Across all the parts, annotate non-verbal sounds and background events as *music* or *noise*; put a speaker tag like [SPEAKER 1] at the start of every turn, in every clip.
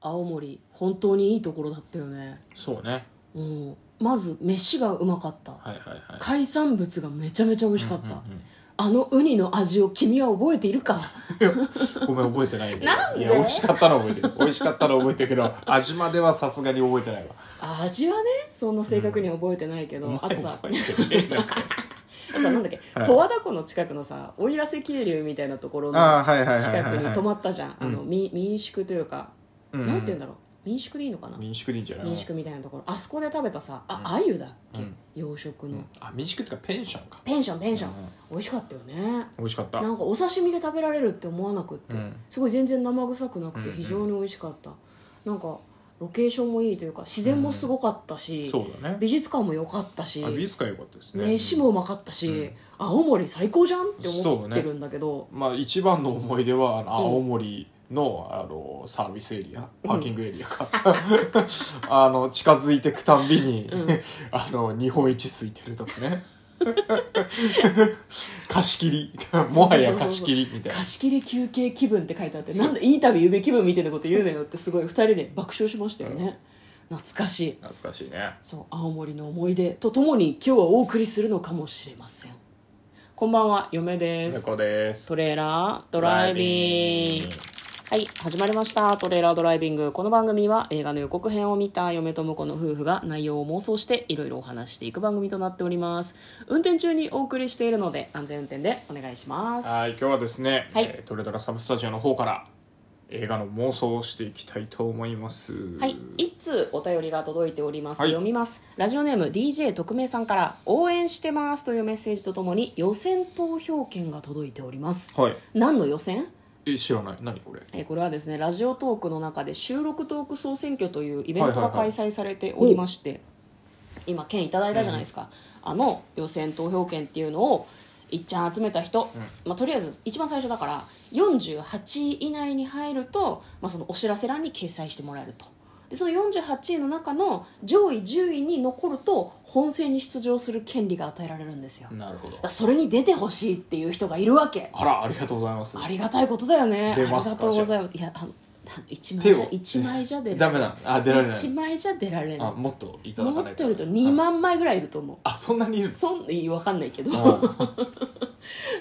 [SPEAKER 1] 青森本当にいいところだったよね
[SPEAKER 2] そうね
[SPEAKER 1] うんまず飯がうまかった、
[SPEAKER 2] はいはいはい
[SPEAKER 1] 海産物がめちゃめちゃ美味しかった、
[SPEAKER 2] うんうん
[SPEAKER 1] あのウニの味を君は覚えているか
[SPEAKER 2] ごめん覚えてないんだよ
[SPEAKER 1] なんで
[SPEAKER 2] いや美味しかったのは覚えてる美味しかったのは覚えてるけど味まではさすがに覚えてないわ
[SPEAKER 1] 味はねそんな正確には覚えてないけど、あとさ
[SPEAKER 2] 覚えてねえな
[SPEAKER 1] あとさなんだっけ
[SPEAKER 2] はい
[SPEAKER 1] 十和田湖の近くのさ奥入瀬急流みたいなところの
[SPEAKER 2] あー
[SPEAKER 1] 近
[SPEAKER 2] はいはいはいはいはい
[SPEAKER 1] くに泊まったじゃんあの
[SPEAKER 2] う
[SPEAKER 1] み民宿というか、
[SPEAKER 2] うん
[SPEAKER 1] なんて言うんだろう民宿でいいのかな
[SPEAKER 2] 民宿でいいんじゃない
[SPEAKER 1] 民宿みたいなところあそこで食べたさあ鮎だっけ、
[SPEAKER 2] うん
[SPEAKER 1] 洋食の、
[SPEAKER 2] あ民宿っていうかペンションか
[SPEAKER 1] ペンションペンション、
[SPEAKER 2] うん
[SPEAKER 1] 美味しかったよね
[SPEAKER 2] 美味しかった
[SPEAKER 1] なんかお刺身で食べられるって思わなくって、
[SPEAKER 2] うん
[SPEAKER 1] すごい全然生臭くなくて
[SPEAKER 2] うんうん
[SPEAKER 1] 非常に美味しかった、なんかロケーションもいいというか自然もすごかったし、
[SPEAKER 2] そうだね
[SPEAKER 1] 美術館も良かったし
[SPEAKER 2] あ美術館良かったですね
[SPEAKER 1] 飯もうまかったし、
[SPEAKER 2] うん
[SPEAKER 1] 青森最高じゃんって思ってるんだけど
[SPEAKER 2] まあ一番の思い出はあの青森のあのサービスエリアパーキングエリアか *laughs* あの近づいてくたんびに
[SPEAKER 1] うん
[SPEAKER 2] *laughs* あの日本一空いてると
[SPEAKER 1] *laughs*
[SPEAKER 2] かね貸し切りもはや貸し切りみたいな
[SPEAKER 1] 貸し切り休憩気分って書いてあってなんでいい旅夢気分みたいなこと言うのよってすごい2人で爆笑しましたよね、懐かしい
[SPEAKER 2] 懐かしいね
[SPEAKER 1] そう青森の思い出とともに今日はお送りするのかもしれませんこんばんは嫁です
[SPEAKER 2] 猫です
[SPEAKER 1] トレーラードライビングはい始まりましたトレーラードライビングこの番組は映画の予告編を見た嫁と婿の夫婦が内容を妄想していろいろお話していく番組となっております運転中にお送りしているので安全運転でお願いします
[SPEAKER 2] はい今日はですね、
[SPEAKER 1] はい
[SPEAKER 2] えートレドラサブスタジオの方から映画の妄想をしていきたいと思います
[SPEAKER 1] はい、一通お便りが届いております、
[SPEAKER 2] はい
[SPEAKER 1] 読みますラジオネーム DJ 特命さんから応援してますというメッセージとともに予選投票券が届いております
[SPEAKER 2] はい
[SPEAKER 1] 何の予選
[SPEAKER 2] え知らない何これ
[SPEAKER 1] えーこれはですねラジオトークの中で収録トーク総選挙というイベントが
[SPEAKER 2] はいはいは
[SPEAKER 1] 開
[SPEAKER 2] い
[SPEAKER 1] 催されておりまして、今券いただいたじゃないですか、あの予選投票券っていうのをいっちゃん集めた人、まあ、とりあえず一番最初だから48位以内に入ると、まあ、そのお知らせ欄に掲載してもらえるとでその48位の中の上位10位に残ると本選に出場する権利が与えられるんですよ、だ
[SPEAKER 2] なるほど
[SPEAKER 1] からそれに出てほしいっていう人がいるわけ
[SPEAKER 2] あらありがとうございます
[SPEAKER 1] ありがたいことだよね。あ
[SPEAKER 2] 出
[SPEAKER 1] りが
[SPEAKER 2] ますか
[SPEAKER 1] とうございます。いや、あの、一枚じ
[SPEAKER 2] 手
[SPEAKER 1] ゃ
[SPEAKER 2] を、
[SPEAKER 1] 一枚じゃ出られ
[SPEAKER 2] *laughs* ダメなのあ出られない
[SPEAKER 1] 一枚じゃ出られ
[SPEAKER 2] あ
[SPEAKER 1] な
[SPEAKER 2] もっとい
[SPEAKER 1] い。
[SPEAKER 2] ただか
[SPEAKER 1] 持
[SPEAKER 2] ない
[SPEAKER 1] ってると2万枚ぐらいいると思
[SPEAKER 2] あそんなにいる
[SPEAKER 1] う。そん、いいわかんないけど。
[SPEAKER 2] の
[SPEAKER 1] *laughs*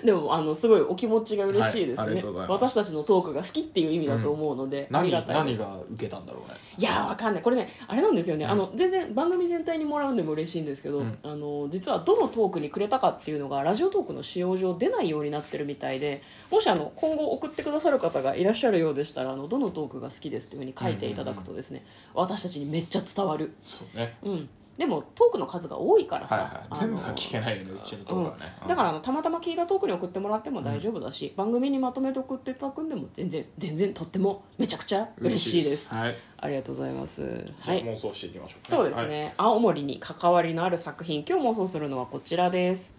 [SPEAKER 1] でも、あの、すごいお気持ちが嬉しいで
[SPEAKER 2] は
[SPEAKER 1] す
[SPEAKER 2] いありが
[SPEAKER 1] ね
[SPEAKER 2] とうござい。ま
[SPEAKER 1] 私
[SPEAKER 2] す
[SPEAKER 1] たちのトークが好きっていう意味だと思うので、あ
[SPEAKER 2] 何
[SPEAKER 1] りがたい
[SPEAKER 2] 何
[SPEAKER 1] です。
[SPEAKER 2] が受けたんだろうね
[SPEAKER 1] いやーわかんないこれねあれなんですよね、
[SPEAKER 2] うん
[SPEAKER 1] あの全然番組全体にもらうのも嬉しいんですけど、
[SPEAKER 2] うん
[SPEAKER 1] あの実はどのトークにくれたかっていうのがラジオトークの使用上出ないようになってるみたいでもしあの今後送ってくださる方がいらっしゃるようでしたらあのどのトークが好きですというふうに書いていただくとですね、私たちにめっちゃ伝わる、
[SPEAKER 2] そうね
[SPEAKER 1] うん、でもトークの数が多いからさ、
[SPEAKER 2] はいはい全部は聞けないよねうちのところはね
[SPEAKER 1] うんだからあのたまたま聞いたトークに送ってもらっても大丈夫だし、番組にまとめて送っていただくんでも全然全然とってもめちゃくちゃ嬉しいです
[SPEAKER 2] はい
[SPEAKER 1] ありがとうございます。
[SPEAKER 2] じ
[SPEAKER 1] は
[SPEAKER 2] ゃあ
[SPEAKER 1] い。
[SPEAKER 2] 妄想していきましょうか
[SPEAKER 1] そうですね、青森に関わりのある作品、今日妄想するのはこちらです。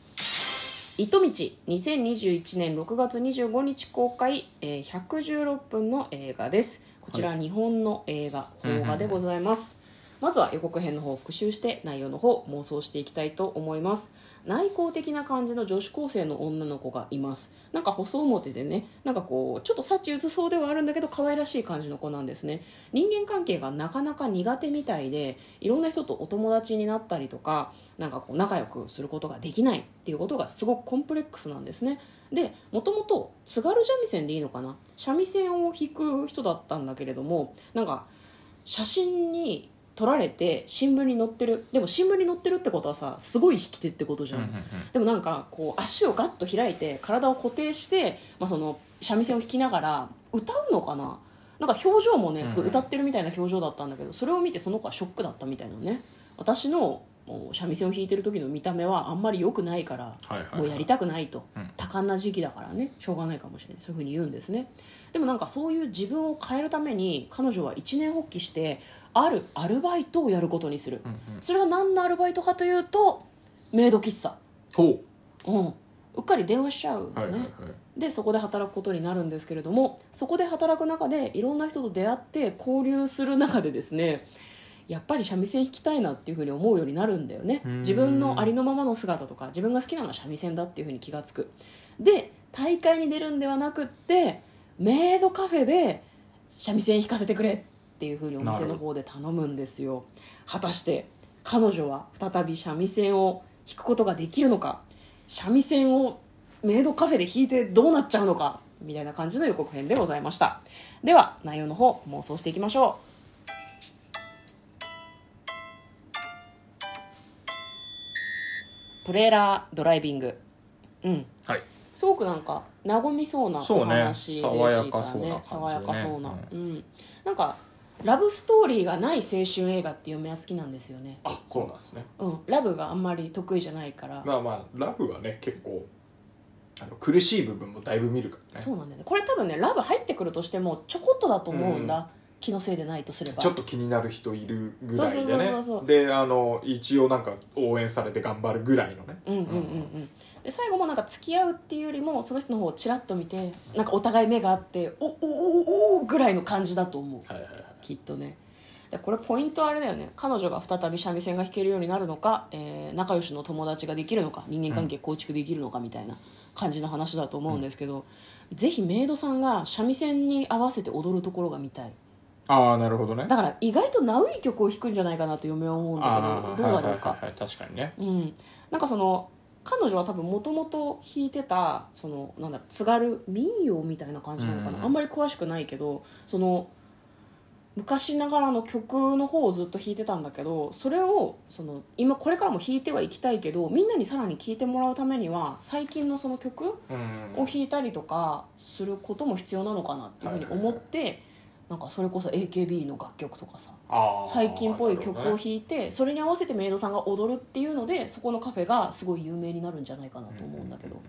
[SPEAKER 1] 糸道2021年6月25日公開、えー116分の映画です。こちら日本の映画、邦画でございます。まずは予告編の方を復習して内容の方妄想していきたいと思います内向的な感じの女子高生の女の子がいますなんか細表でねなんかこうちょっと幸うつそうではあるんだけど可愛らしい感じの子なんですね人間関係がなかなか苦手みたいでいろんな人とお友達になったりとかなんかこう仲良くすることができないっていうことがすごくコンプレックスなんですねでもともと津軽三味線でいいのかな三味線を弾く人だったんだけれどもなんか写真に撮られて新聞に載ってるでも新聞に載ってるってことはさすごい引き手ってことじゃん、
[SPEAKER 2] うんうんうん
[SPEAKER 1] でもなんかこう足をガッと開いて体を固定して、まあ、その三味線を弾きながら歌うのかななんか表情も
[SPEAKER 2] うん
[SPEAKER 1] ね
[SPEAKER 2] うん
[SPEAKER 1] すごい歌ってるみたいな表情だったんだけどそれを見てその子はショックだったみたいなのね私のもう三味線を弾いてる時の見た目はあんまり良くないから
[SPEAKER 2] はいはいはい
[SPEAKER 1] もうやりたくないと
[SPEAKER 2] うん
[SPEAKER 1] 多感な時期だからねしょうがないかもしれないそういうふうに言うんですねでもなんかそういう自分を変えるために彼女は一年発起してあるアルバイトをやることにする
[SPEAKER 2] うんうん
[SPEAKER 1] それが何のアルバイトかというとメイド喫茶
[SPEAKER 2] ほ
[SPEAKER 1] うん、うっかり電話しちゃうのね、
[SPEAKER 2] うはいはいはい
[SPEAKER 1] でそこで働くことになるんですけれどもそこで働く中でいろんな人と出会って交流する中でですねやっぱり三味線弾きたいなっていうふうに思うようになるんだよね
[SPEAKER 2] うーん
[SPEAKER 1] 自分のありのままの姿とか自分が好きなのは三味線だっていうふうに気がつくで大会に出るんではなくってメイドカフェで三味線弾かせてくれってっていうふうにお店の方で頼むんですよ果たして彼女は再び三味線を弾くことができるのか三味線をメイドカフェで弾いてどうなっちゃうのかみたいな感じの予告編でございましたでは内容の方妄想していきましょうトレーラードライビングうん
[SPEAKER 2] はい
[SPEAKER 1] すごくなんか和みそうな
[SPEAKER 2] そうね
[SPEAKER 1] お話でしたね
[SPEAKER 2] 爽やかそうな感じね
[SPEAKER 1] 爽やかそうな、う
[SPEAKER 2] うん
[SPEAKER 1] なんかラブストーリーがない青春映画って嫁は好きなんですよね、
[SPEAKER 2] あそうなんですね
[SPEAKER 1] うん、ラブがあんまり得意じゃないから、
[SPEAKER 2] まあまあラブはね結構あの苦しい部分もだいぶ見るからね
[SPEAKER 1] そうなんだよねこれ多分ねラブ入ってくるとしてもちょこっとだと思うんだ、
[SPEAKER 2] うん
[SPEAKER 1] 気のせいでないとすれば
[SPEAKER 2] ちょっと気になる人いるぐらい
[SPEAKER 1] そうそ
[SPEAKER 2] でね
[SPEAKER 1] うそうそうそう
[SPEAKER 2] であの一応なんか応援されて頑張るぐらいのね
[SPEAKER 1] うんうんうんうんで最後もなんか付き合うっていうよりもその人の方をチラッと見てなんかお互い目があっておおおおおぐらいの感じだと思う
[SPEAKER 2] はいはいはい
[SPEAKER 1] きっとねでこれポイントはあれだよね彼女が再び三味線が弾けるようになるのか、えー仲良しの友達ができるのか人間関係構築できるのかみたいな感じの話だと思うんですけど、ぜひメイドさんが三味線に合わせて踊るところが見たい
[SPEAKER 2] ああなるほどね
[SPEAKER 1] だから意外とナウい曲を弾くんじゃないかなと嫁は思うんだ
[SPEAKER 2] あ
[SPEAKER 1] け
[SPEAKER 2] ー
[SPEAKER 1] どどうだろうか、
[SPEAKER 2] はいはいはいはい、確かにね
[SPEAKER 1] うん、なんかその彼女は多分もともと弾いてたそのなんだろう津軽民謡みたいな感じなのかな、
[SPEAKER 2] うん
[SPEAKER 1] あんまり詳しくないけどその昔ながらの曲の方をずっと弾いてたんだけどそれをその今これからも弾いてはいきたいけどみんなにさらに聴いてもらうためには最近のその曲を
[SPEAKER 2] うん
[SPEAKER 1] 弾いたりとかすることも必要なのかなっていうふうに思って、なんかそれこそ AKB の楽曲とかさ
[SPEAKER 2] あー
[SPEAKER 1] 最近っぽい曲
[SPEAKER 2] なる
[SPEAKER 1] を
[SPEAKER 2] ほどね
[SPEAKER 1] 弾いてそれに合わせてメイドさんが踊るっていうのでそこのカフェがすごい有名になるんじゃないかなと思うんだけど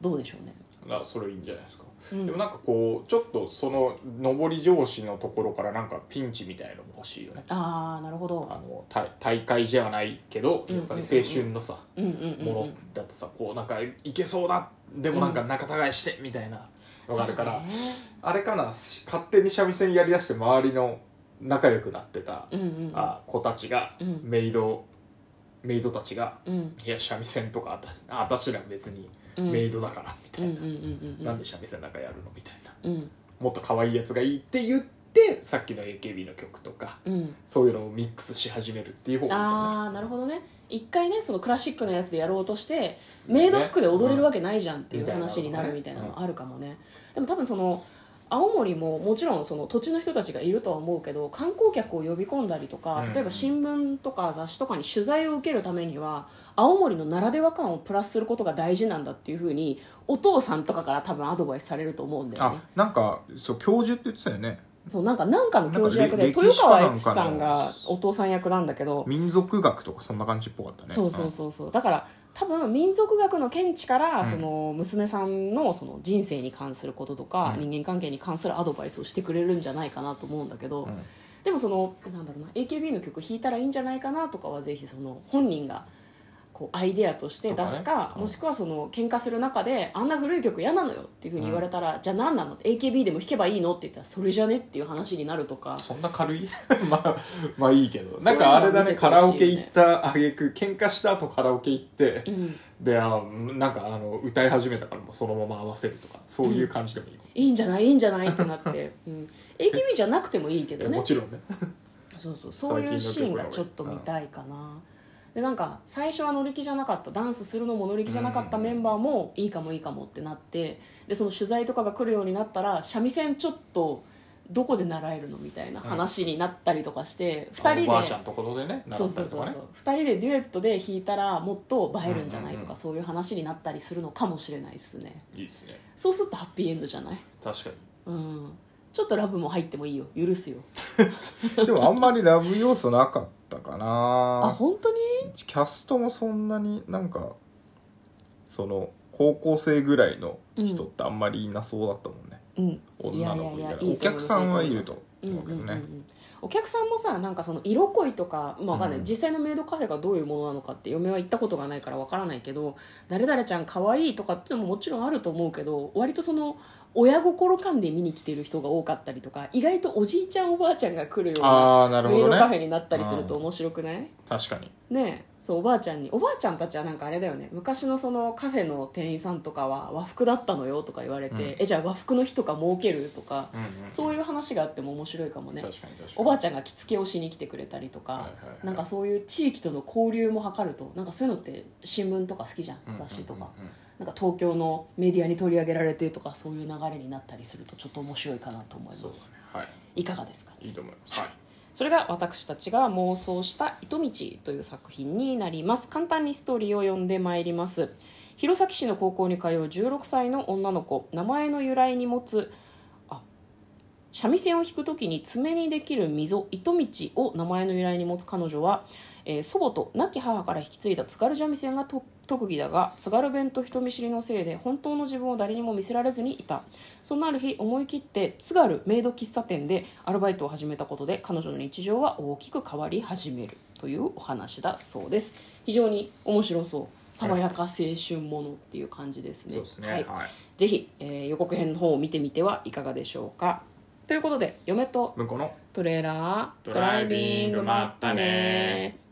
[SPEAKER 1] どうでしょうね、
[SPEAKER 2] だからそれいいんじゃないですか、
[SPEAKER 1] うん
[SPEAKER 2] でもなんかこうちょっとその上り上司のところからなんかピンチみたいのも欲しいよね
[SPEAKER 1] ああなるほど
[SPEAKER 2] あの大大会じゃないけど
[SPEAKER 1] うん
[SPEAKER 2] やっぱり青春のさ、
[SPEAKER 1] うんうんうんうん
[SPEAKER 2] ものだとさこうなんかいけそうだでもなんか仲違いしてみたいなのがあるから、
[SPEAKER 1] そ
[SPEAKER 2] あれかな勝手に三味線やりだして周りの仲良くなってた、
[SPEAKER 1] うねうんうん
[SPEAKER 2] あ子たちが、
[SPEAKER 1] うん
[SPEAKER 2] メイドメイドたちが
[SPEAKER 1] うん
[SPEAKER 2] 「いや三味線とかあたあ私ら別に
[SPEAKER 1] うん
[SPEAKER 2] メイドだから」みた
[SPEAKER 1] うん
[SPEAKER 2] い
[SPEAKER 1] うん
[SPEAKER 2] な、
[SPEAKER 1] うんうん
[SPEAKER 2] なんで三味線なんかやるの?」みたいな
[SPEAKER 1] うん
[SPEAKER 2] もっと可愛いやつがいいって言ってさっきの AKB の曲とか
[SPEAKER 1] うん
[SPEAKER 2] そういうのをミックスし始めるっていう方がいいんじゃない
[SPEAKER 1] ああなるほどね一回ねそのクラシックのやつでやろうとして
[SPEAKER 2] 普通にね
[SPEAKER 1] メイド服で踊れるわけないじゃんっていう
[SPEAKER 2] うん
[SPEAKER 1] 話になるみ
[SPEAKER 2] み
[SPEAKER 1] た
[SPEAKER 2] た
[SPEAKER 1] い
[SPEAKER 2] い
[SPEAKER 1] な
[SPEAKER 2] な
[SPEAKER 1] の
[SPEAKER 2] の
[SPEAKER 1] あるかもねでも多分その青森ももちろんその土地の人たちがいるとは思うけど観光客を呼び込んだりとか
[SPEAKER 2] うん
[SPEAKER 1] 例えば新聞とか雑誌とかに取材を受けるためには青森のならでは感をプラスすることが大事なんだっていうふうにお父さんとかから多分アドバイスされると思うんだよね
[SPEAKER 2] あなんかそう教授って言ってたよね
[SPEAKER 1] そうなんかなんかの教授役で
[SPEAKER 2] なんかれ
[SPEAKER 1] 豊川悦司
[SPEAKER 2] 歴史か
[SPEAKER 1] さ
[SPEAKER 2] なんんかの
[SPEAKER 1] がお父さん役なんだけど
[SPEAKER 2] 民族学とかそんな感じっぽかったね
[SPEAKER 1] そうそうそうそうだから多分民族学の見地から、
[SPEAKER 2] うん
[SPEAKER 1] その娘さんのその人生に関することとか、
[SPEAKER 2] うん
[SPEAKER 1] 人間関係に関するアドバイスをしてくれるんじゃないかなと思うんだけど、
[SPEAKER 2] うん
[SPEAKER 1] でもそのなんだろうな AKB の曲弾いたらいいんじゃないかなとかはぜひその本人がこうアイデアとして出す
[SPEAKER 2] とか
[SPEAKER 1] か
[SPEAKER 2] ねうん
[SPEAKER 1] もしくはその喧嘩する中で「あんな古い曲嫌なのよ」っていうふうに言われたら「じゃあ何なの AKB でも弾けばいいの?」って言ったら「それじゃね?」っていう話になるとか
[SPEAKER 2] そんな軽い *laughs* まあまあいいけど
[SPEAKER 1] う
[SPEAKER 2] なんかあれだ
[SPEAKER 1] 見
[SPEAKER 2] ね
[SPEAKER 1] せてほしいよね
[SPEAKER 2] カラオケ行ったあげく喧嘩した後カラオケ行って、
[SPEAKER 1] うん
[SPEAKER 2] であなんかあの歌い始めたからもうそのまま合わせるとかそういう感じでもいいかも、
[SPEAKER 1] いいんじゃないいいんじゃないってなって、うん、AKB じゃなくてもいいけど
[SPEAKER 2] いや
[SPEAKER 1] ね
[SPEAKER 2] もちろんね
[SPEAKER 1] そうそうそういうシーンがちょっと見たいかなでなんか最初は乗り気じゃなかったダンスするのも乗り気じゃなかったメンバーもいいかもいいかもってなってでその取材とかが来るようになったら三味線ちょっとどこで習えるのみたいな話になったりとかして、二
[SPEAKER 2] あのおば
[SPEAKER 1] 人
[SPEAKER 2] あ
[SPEAKER 1] で
[SPEAKER 2] ちゃんところでね
[SPEAKER 1] そ
[SPEAKER 2] 習
[SPEAKER 1] う
[SPEAKER 2] った
[SPEAKER 1] そう
[SPEAKER 2] り
[SPEAKER 1] そ
[SPEAKER 2] と
[SPEAKER 1] う
[SPEAKER 2] かね
[SPEAKER 1] そう2人でデュエットで弾いたらもっと映えるんじゃないと
[SPEAKER 2] うんうんう
[SPEAKER 1] か
[SPEAKER 2] ん
[SPEAKER 1] そういう話になったりするのかもしれないですね
[SPEAKER 2] いいですね
[SPEAKER 1] そうするとハッピーエンドじゃない
[SPEAKER 2] 確か
[SPEAKER 1] うんちょっとラブも入ってもいいよ許すよ
[SPEAKER 3] でもあんまりラブ要素なかったか
[SPEAKER 1] あ
[SPEAKER 3] な
[SPEAKER 1] 本当に
[SPEAKER 3] キャストもそんなになんかその高校生ぐらいの人ってあんまりいなそうだったもんね、
[SPEAKER 1] うん
[SPEAKER 3] 女の子い
[SPEAKER 1] いやいやい
[SPEAKER 3] た
[SPEAKER 1] や
[SPEAKER 3] ら
[SPEAKER 1] い
[SPEAKER 3] お
[SPEAKER 1] いと思いま
[SPEAKER 3] 客
[SPEAKER 1] す
[SPEAKER 3] さんはいると
[SPEAKER 1] うん
[SPEAKER 3] 思う
[SPEAKER 1] う
[SPEAKER 3] け
[SPEAKER 1] ん
[SPEAKER 3] ど
[SPEAKER 1] うんう
[SPEAKER 3] ね
[SPEAKER 1] ん、お客さんもさなんかその色恋とか,、まあわかんない
[SPEAKER 3] うん
[SPEAKER 1] 実際のメイドカフェがどういうものなのかって嫁は行ったことがないからわからないけど誰々ちゃん可愛いとかっていうのももちろんあると思うけど割とその親心感で見に来てる人が多かったりとか意外とおじいちゃんおばあちゃんが来るような
[SPEAKER 3] ああなる
[SPEAKER 1] メイ
[SPEAKER 3] ほ
[SPEAKER 1] ド
[SPEAKER 3] ど
[SPEAKER 1] カフ
[SPEAKER 3] ね
[SPEAKER 1] ェになったりすると
[SPEAKER 3] うん
[SPEAKER 1] 面白くない
[SPEAKER 3] 確かに
[SPEAKER 1] ねえそうおばあちゃんにおばあちゃんたちはなんかあれだよね昔のそのカフェの店員さんとかは和服だったのよとか言われて、
[SPEAKER 3] うん
[SPEAKER 1] えじゃあ和服の日とか儲けるとか、そう
[SPEAKER 3] い
[SPEAKER 1] いう話があっても面白いかもね
[SPEAKER 3] 確かに確かに
[SPEAKER 1] おばあ
[SPEAKER 3] ち
[SPEAKER 1] ちゃんが着付けをしに来てくれたりとか、
[SPEAKER 3] はいはいはい
[SPEAKER 1] なんかそういう地域との交流も図るとなんかそういうのって新聞とか好きじゃん雑誌とか、なんか東京のメディアに取り上げられてとかそういう流れになったりするとちょっと面白いかなと思い
[SPEAKER 3] そう
[SPEAKER 1] ま
[SPEAKER 3] ですすねはい
[SPEAKER 1] いかがですか
[SPEAKER 3] いいと思いますはい
[SPEAKER 1] それが私たちが妄想した「糸道」という作品になります簡単にストーリーを読んでまいります弘前市の高校に通う16歳の女の子名前の由来に持つあ三味線を弾く時に爪にできる溝糸道を名前の由来に持つ彼女は、えー祖母と亡き母から引き継いだ津軽三味線がと特技だが津軽弁と人見知りのせいで本当の自分を誰にも見せられずにいたそんなある日思い切って津軽メイド喫茶店でアルバイトを始めたことで彼女の日常は大きく変わり始めるというお話だそうです非常に面白そう爽やか青春ものっていう感じですね
[SPEAKER 3] そうですね
[SPEAKER 1] はい
[SPEAKER 3] はい
[SPEAKER 1] ぜひ、えー予告編の方を見てみてはいかがでしょうかということで嫁と
[SPEAKER 3] 向こうの
[SPEAKER 1] トレーラード
[SPEAKER 3] ドライビングまったね